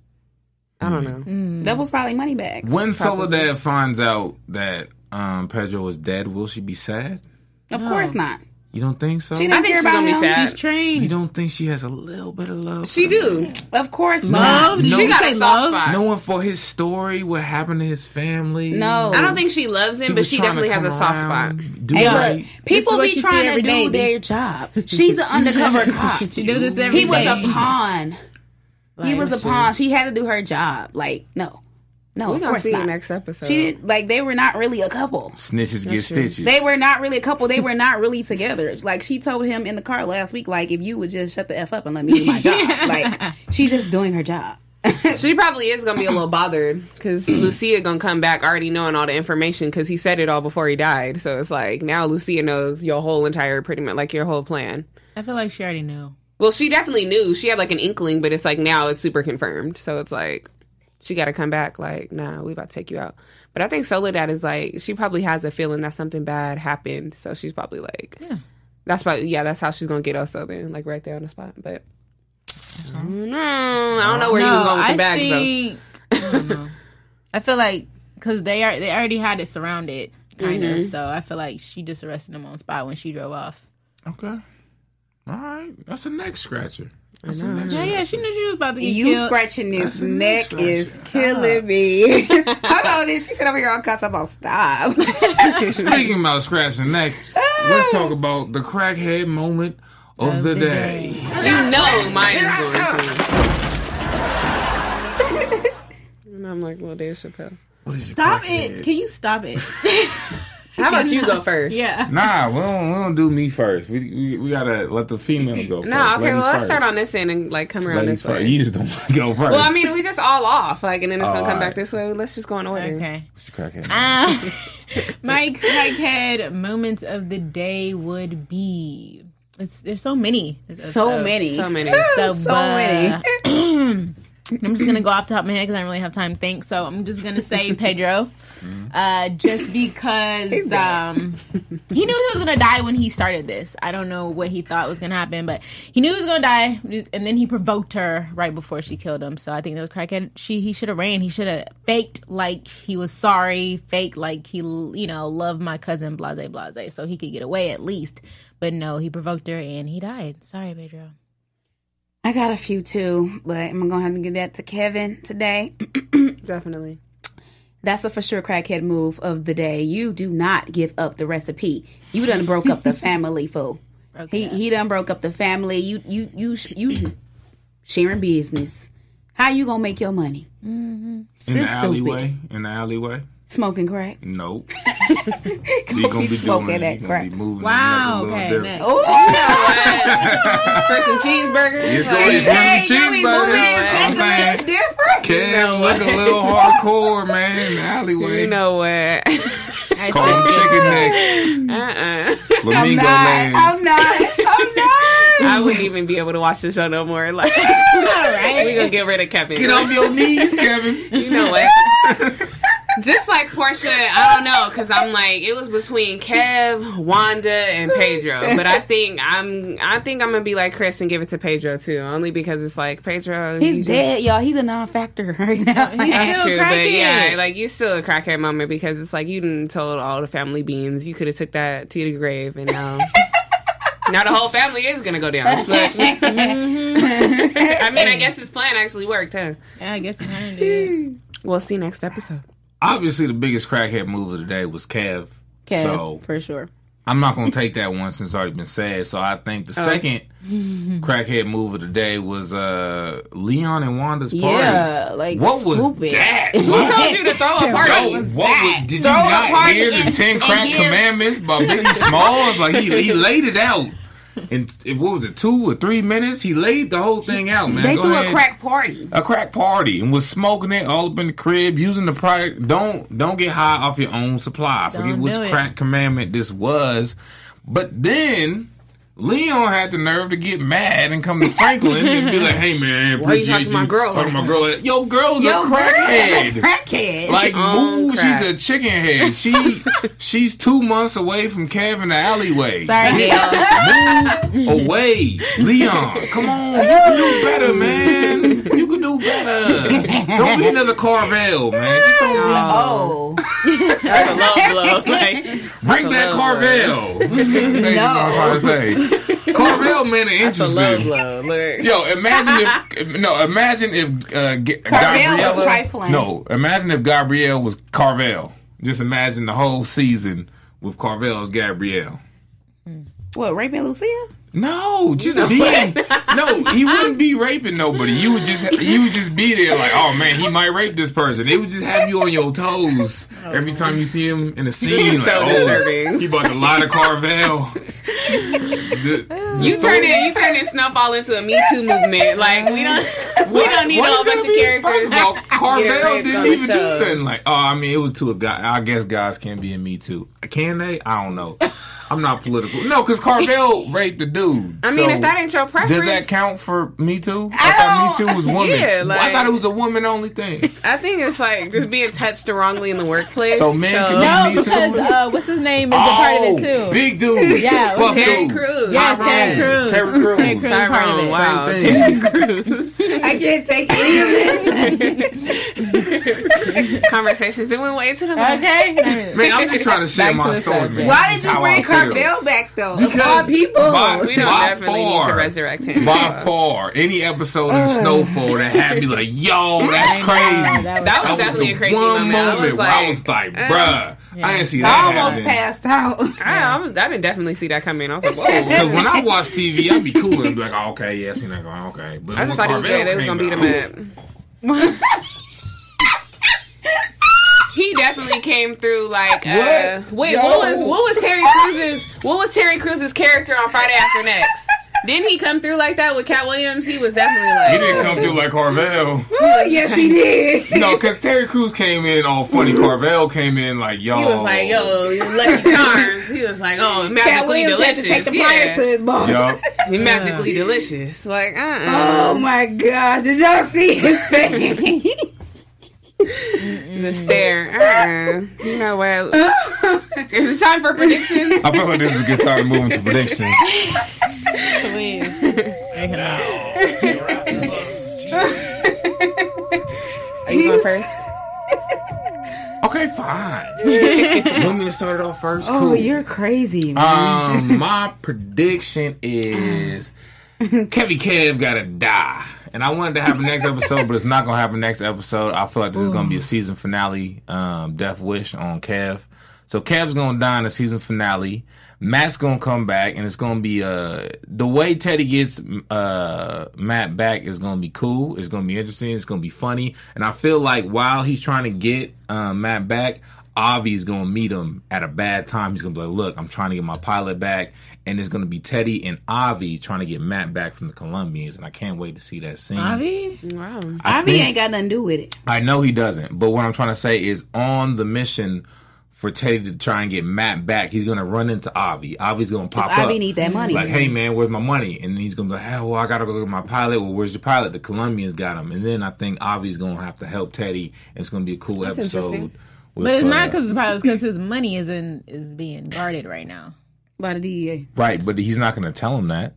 F: I don't know.
E: That was probably money bags.
B: When Soledad finds out that um, Pedro is dead, will she be sad?
E: Of course not.
B: You don't think so?
E: She didn't
F: I think
E: care
F: she's
E: about
F: gonna be
E: him.
F: sad.
G: She's
B: you
G: trained.
B: don't think she has a little bit of love?
F: She do.
E: Of course not.
G: Love? Did
B: No.
G: you
F: She got
G: say
F: a soft
G: love?
F: spot.
B: Knowing for his story, what happened to his family.
E: No.
F: I don't think she loves him,
B: He
F: but
B: was
F: she
B: trying to
F: definitely has a
B: come
F: soft spot.
B: around, Do
E: Hey,
B: right.
E: look, people
G: what
E: be
G: she see
E: trying to
G: every
E: do
G: day, B.
E: their job. She's an undercover cop.
G: She do this every
E: He was
G: day.
E: a pawn. He was a pawn. She had to do her job. Like, no. No,
F: We're
E: of
F: gonna
E: course
F: see you
E: not.
F: next episode.
E: She did like they were not really a couple.
B: Snitches get stitches.
E: They were not really a couple. They were not really together. Like she told him in the car last week, like if you would just shut the f up and let me do my job. Like she's just doing her job.
F: She probably is gonna be a little bothered because Lucia gonna come back already knowing all the information because he said it all before he died. So it's like now Lucia knows your whole entire pretty much like your whole plan.
G: I feel like she already knew.
F: Well, she definitely knew. She had like an inkling, but it's like now it's super confirmed. So it's like she got to come back. Like, nah, we about to take you out. But I think Soledad is like she probably has a feeling that something bad happened. So she's probably like, yeah, that's probably yeah, that's how she's gonna get us up in like right there on the spot. But no, Mm-hmm. I don't know where he was going with the
G: I
F: bag. so.
G: think, I don't know. I feel like because they are they already had it surrounded, kind of. So I feel like she just arrested him on spot when she drove off.
B: Okay. All right. That's a neck scratcher. That's a neck
G: Yeah,
B: scratcher.
G: Oh, yeah, she knew she was about to get
E: You
G: killed.
E: scratching this neck
B: scratch.
E: is killing me. How about this? She said over here all cuss about stop.
B: Speaking about scratching necks, let's talk about the crackhead moment of the day.
F: You know mine is going to. and I'm like, well, Dave Chappelle.
B: What is it?
G: stop
B: crackhead?
G: it! Can you stop it?
F: How about you go first?
G: yeah.
B: Nah, we don't, we don't do me first. We, we we gotta let the females go.
F: No, okay, well, let's start on this end and like come around
B: Ladies
F: this
B: first.
F: way.
B: You just don't want to go first.
F: Well, I mean, we just all off, like, and then it's
B: Oh,
F: gonna come
B: alright.
F: back this way. Let's just go in order.
G: Okay.
B: crackhead.
G: Uh, my crackhead moments of the day would be. It's, there's so many. This
E: so
G: episode.
E: many.
F: So many.
G: So,
E: So
G: uh,
E: many.
G: I'm just gonna go off the top of my head because I don't really have time to think. So I'm just gonna say Pedro, uh, just because um, he knew he was gonna die when he started this. I don't know what he thought was gonna happen, but he knew he was gonna die, and then he provoked her right before she killed him. So I think that was crackhead. She he should have ran. He should have faked like he was sorry, faked like he you know loved my cousin, blase blase, so he could get away at least. But no, he provoked her and he died. Sorry, Pedro.
E: I got a few too, but I'm gonna have to give that to Kevin today.
F: Definitely.
E: That's a for sure crackhead move of the day. You do not give up the recipe. You done broke up the family, fool. He he done broke up the family. You you you sh- you sharing business. How you gonna make your money?
B: in
E: Sis
B: the
E: stupid.
B: alleyway. In the alleyway.
E: Smoking crack.
B: Nope. You're gonna
E: be
B: be doing.
E: smoking
B: it.
E: that
B: You're gonna
E: crack.
B: be moving.
G: Wow.
B: Your neck a little
G: Ah, Okay.
B: different.
G: Next.
E: Oh,
F: For some cheeseburgers.
B: It's
F: like-
B: gonna be
E: Hey, now we moving.
B: cheeseburgers.
E: That's a
B: man.
E: little different.
B: Cam look a little hardcore, man. In the alleyway.
F: you know what?
G: I
B: Call him chicken neck.
F: uh-uh.
E: I'm
B: Flamingo
E: not.
B: legs.
E: I'm not. I'm not.
F: I wouldn't even be able to watch the show no more. Like, we gonna get rid of Kevin.
B: Get off your knees, Kevin.
F: You know what? Just like Portia, I don't know, because I'm like it was between Kev, Wanda, and Pedro. But I think I'm, I think I'm gonna be like Chris and give it to Pedro too, only because it's like Pedro. you
E: He's
F: just-
E: dead, y'all. He's a non-factor right now.
F: That's
G: still
F: true, but
G: crackhead.
F: yeah, like you still a crackhead moment because it's like you didn't told all the family beans. You could have took that to the grave, and now now the whole family is gonna go down. But- I mean, I guess his plan actually worked, huh?
G: Yeah, I guess it kind of did.
F: We'll see next episode.
B: Obviously, the biggest crackhead move of the day was Kev.
E: Kev,
B: So
E: for sure.
B: I'm not gonna take that one since it's already been said. So I think
E: Oh.
B: the second crackhead move of the day was uh Leon and Wanda's party.
E: Yeah, like
B: What was
E: stupid.
B: that?
F: Who told you to throw a
B: Yo,
F: party?
B: what was- did you
E: Throw a
B: not
E: party
B: hear the
E: and-
B: Ten
E: and
B: Crack
E: give-
B: Commandments by Biggie Smalls? Like he, he laid it out. And what was it, two or three minutes? He laid the whole thing out, man.
E: They
B: Go
E: threw
B: ahead.
E: a crack party.
B: a crack party and was smoking it all up in the crib using the product. Don't don't get high off your own supply. I forget
G: Don't
B: which
G: do it.
B: crack commandment this was, but then Leon had the nerve to get mad and come to Franklin and be like, "Hey man,
F: Why you
B: appreciate
F: talking to my girl
B: Talking to my girl, like that. yo, girl's
E: Yo,
B: a
E: girl is a
B: crackhead.
E: crackhead.
B: Like,
F: On
B: ooh,
F: crack.
B: she's a chicken head. She she's two months away from Kevin the alleyway.
G: Sorry, Gail.
B: Move away, Leon. Come on, you can do better, man. You can do better. Don't be another Carvel, man. Just don't
E: oh.
F: That's a low blow. Like,
B: Bring back Carvel. no. I'm trying to say. Carvel men are
F: it's a low
B: interesting.
F: blow. Look.
B: Yo, imagine if no, imagine if uh, G-
E: Carvel was
B: Gabriella-
E: trifling.
B: No, imagine if Gabrielle was Carvel. Just imagine the whole season with Carvel as Gabrielle.
E: What, raping Lucia?
B: No, just being no. He wouldn't be raping nobody. You would just you would just be there like, oh man, he might rape this person. They would just have you on your toes every time you see him in a scene.
F: is
B: like,
F: so
B: oh,
F: deserving."
B: He bought a lot of Carvel. The- the
F: You
B: story-
F: turn it, you turn this snowball into a Me Too movement. Like we don't, we
B: What-
F: don't need a
B: what
F: whole
B: is
F: bunch of
B: gonna be-
F: characters.
B: First of all,
F: Get
B: Carvel
F: raped on
B: didn't
F: the
B: even do
F: show.
B: nothing. Like, oh, I mean, it was to a guy. I guess guys can be in Me Too. Can they? I don't know. I'm not political. No, because Carvel raped the dude.
F: I mean,
B: so-
F: if that ain't your preference,
B: Does that count for Me Too? I,
F: I
B: thought Me
F: don't-
B: Too was woman.
F: Yeah, like-
B: I thought it was a woman only thing.
F: I think it's like just being touched wrongly in the workplace.
B: So men can be
G: No,
B: Me Too.
G: because uh, what's his name is a part
B: Oh,
G: of it too.
B: big dude.
G: Yeah, it was
B: Buff
F: Terry
B: dude.
F: Crews.
G: Yes, Terry
B: Tyrone. Terry
G: Crews. Terry
B: Crews.
G: Crews is part of
F: Tyrone,
G: it.
F: wow.
B: Same thing.
E: I can't take any of this.
F: conversations that went way to the left.
G: Okay.
B: Man, I'm just trying to share
G: Back to
B: my
G: the
B: story,
G: subject.
B: man.
E: Why
B: This
E: did
B: is
E: you
B: how I
E: bring
B: feel.
E: Carvel back, though? Of
B: Because
E: all people.
B: by-
F: We don't
B: by
F: definitely need to
B: far-
F: resurrect him.
B: By far, any episode of Snowfall that had me like, yo, that's crazy.
G: that
F: that was
B: the
F: definitely a crazy
B: one
F: moment. I was
B: where
F: like,
B: I was like, bruh, I didn't see that
E: I almost
B: happen.
E: passed out.
F: I, I, was- I didn't definitely see that coming. I was like,
B: Because
F: whoa.
B: when I watch TV, I'd be cool and be like, oh, okay, yeah, I seen that going, okay. But
F: I
B: when
F: just thought he was
B: Carvel
F: dead. They was
B: came
F: gonna beat
B: out-
F: him up. he definitely came through like uh,
B: What?
F: wait,
B: Yo.
F: what was what was Terry Cruz's what was Terry Cruz's character on Friday After Next? Didn't he come through like that with Cat Williams? He was
B: He
F: definitely like
B: didn't come through like Carvel.
E: yes, he did.
B: No, because Terry Crews came in all funny. Carvel came in like, yo.
F: he was like, yo, you're Lucky Charms. He was like, oh,
E: Cat
F: magically
E: Williams had
F: delicious.
E: to take the pliers
F: yeah.
E: to his balls.
B: Yup.
F: magically delicious. Like, uh, uh
E: Oh my gosh! Did y'all see his face?
F: the stare. Uh, you know what? Is it time for predictions?
B: I feel like this is a good time to move into predictions.
G: Please.
F: Are you going first?
B: Okay, fine. you want me to start it off first?
F: Oh,
B: cool.
E: You're crazy.
B: Um, my prediction is Kevin Kev gotta die. And I wanted to happen next episode, but it's not gonna happen next episode. I feel like this is gonna be a season finale, um, Death Wish on Kev. So Kev's gonna die in the season finale. Matt's gonna come back, and it's gonna be uh the way Teddy gets uh Matt back is gonna be cool. It's gonna be interesting. It's gonna be funny, and I feel like while he's trying to get uh, Matt back, Avi's gonna meet him at a bad time. He's gonna be like, "Look, I'm trying to get my pilot back," and it's gonna be Teddy and Avi trying to get Matt back from the Colombians, and I can't wait to see that scene.
G: Bobby?
F: Wow.
B: I,
E: He
B: think-
E: ain't got nothing to do with it.
B: I know he doesn't, but what I'm trying to say is on the mission for Teddy to try and get Matt back, he's gonna run into Avi. Avi's gonna pop up.
E: Ivy need that money.
B: Like, hey man, where's my money? And he's gonna be like, hey, well, I gotta go get my pilot. Well, where's your pilot? The Colombians got him. And then I think Avi's gonna have to help Teddy. And it's gonna be a cool episode.
F: interesting.
B: with,
G: But it's not
B: uh,
G: because his pilot's because his money is in is being guarded right now.
E: By the E DEA.
B: right, but he's not gonna tell him that.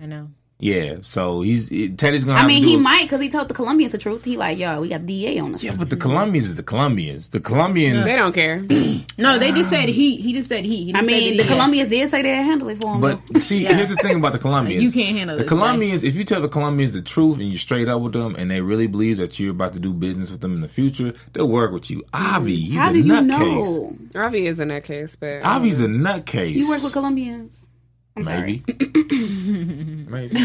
G: I know.
B: Yeah, so he's it- Teddy's gonna.
E: I
B: have
E: mean,
B: to do
E: he
B: it-
E: might because he told the Colombians the truth. He like, yo, we got DEA on us.
B: Yeah, but the Colombians is the Colombians. The Colombians.
F: They don't care.
G: No, they just said he. He just said he. he
E: Ah. I
G: just
E: mean,
G: said
E: the
G: that he-
E: Colombians did say they'd handle it for him.
B: But
E: though.
B: see, here's the thing about the Colombians.
G: You can't handle
B: the
G: this,
B: Colombians. If you tell the Colombians the truth and you're straight up with them, and they really believe that you're about to do business with them in the future, they'll work with you. Avi, he's
E: how
B: a
E: do you
B: nutcase.
E: know?
F: Avi is in that case, but
B: Avi's a nutcase.
E: You work with Colombians. I'm
B: maybe, maybe.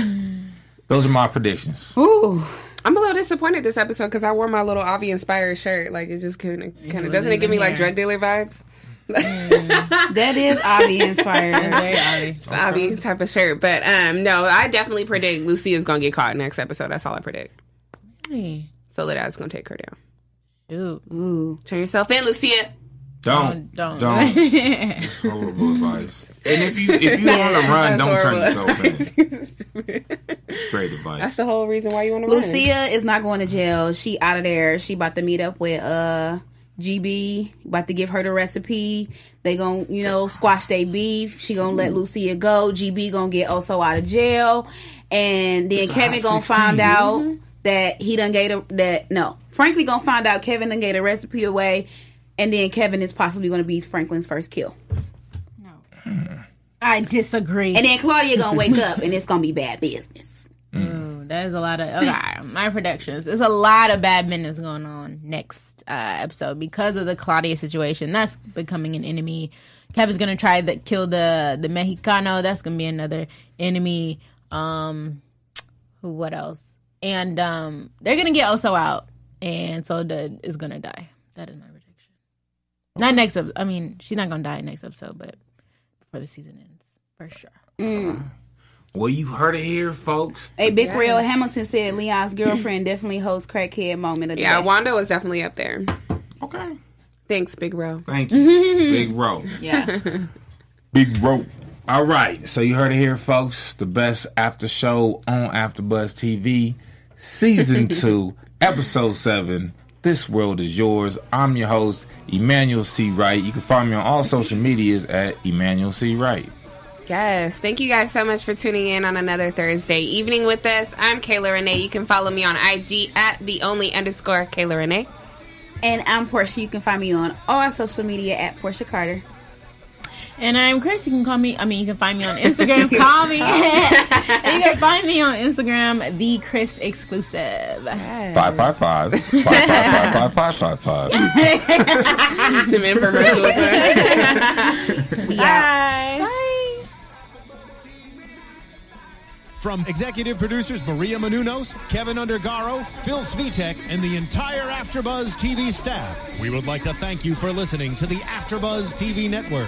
B: Those are my predictions.
E: sorry. Ooh,
F: I'm a little disappointed this episode because I wore my little Avi inspired shirt. Like it just kind of kind of doesn't it give me like drug dealer vibes?
E: that is Ivy inspired.
G: Hey, Bobby.
F: Avi type of shirt, but um no, I definitely predict Lucy is gonna get caught next episode. That's all I predict.
G: Hey,
F: So Lydad's gonna take her down.
G: Dude.
F: Turn yourself in, Lucia.
B: Don't.
G: Don't.
B: Don't. Horrible advice. And if you if you on a run, don't turn yourself in. Great
F: That's
B: advice.
F: the whole reason why you want to
E: Lucia is not going to jail. She out of there. She about to meet up with uh GB. About to give her the recipe. They gonna you know squash they beef. She gonna let Lucia go. GB gonna get also out of jail, and then Kevin gonna find out that he done gave the, that no. Frankly gonna find out Kevin done gave the recipe away, and then Kevin is possibly gonna be Franklin's first kill.
G: I disagree.
E: And then Claudia gonna wake up, and it's gonna be bad business.
G: There's a lot of okay, my predictions. There's a lot of bad business going on next uh, episode because of the Claudia situation. That's becoming an enemy. Kevin's gonna try to kill the the Mexicano. That's gonna be another enemy. Um, who? What else? And um, they're gonna get Oso out, and so the is gonna die. That is my prediction. Not next. ep- I mean, she's not gonna die next episode, but before the season ends, for sure.
B: Well, you heard it here, folks.
E: A big real Hamilton said Leon's girlfriend definitely holds crackhead moment of the
F: Yeah,
E: day.
F: Wanda was definitely up there.
B: Okay.
F: Thanks, Big Bro.
B: Thank you. Big rope.
G: Yeah.
B: Big rope. All right. So you heard it here, folks. The best after show on AfterBuzz TV, season two, episode seven. This world is yours. I'm your host, Emmanuel C. Wright. You can find me on all social medias at Emmanuel C. Wright.
F: Yes. Thank you guys so much for tuning in on another Thursday evening with us. I'm Kayla Renee. You can follow me on IG at the only underscore Kayla Renee.
E: And I'm Portia. You can find me on all social media at Portia Carter.
G: And I'm Chris. You can call me. I mean, you can find me on Instagram. call me. and you can find me on Instagram, the Chris Exclusive.
B: Five five five five five five five five five five.
G: Bye.
D: From executive producers Maria Manunos, Kevin Undergaro, Phil Svitek, and the entire AfterBuzz TV staff, we would like to thank you for listening to the AfterBuzz TV network.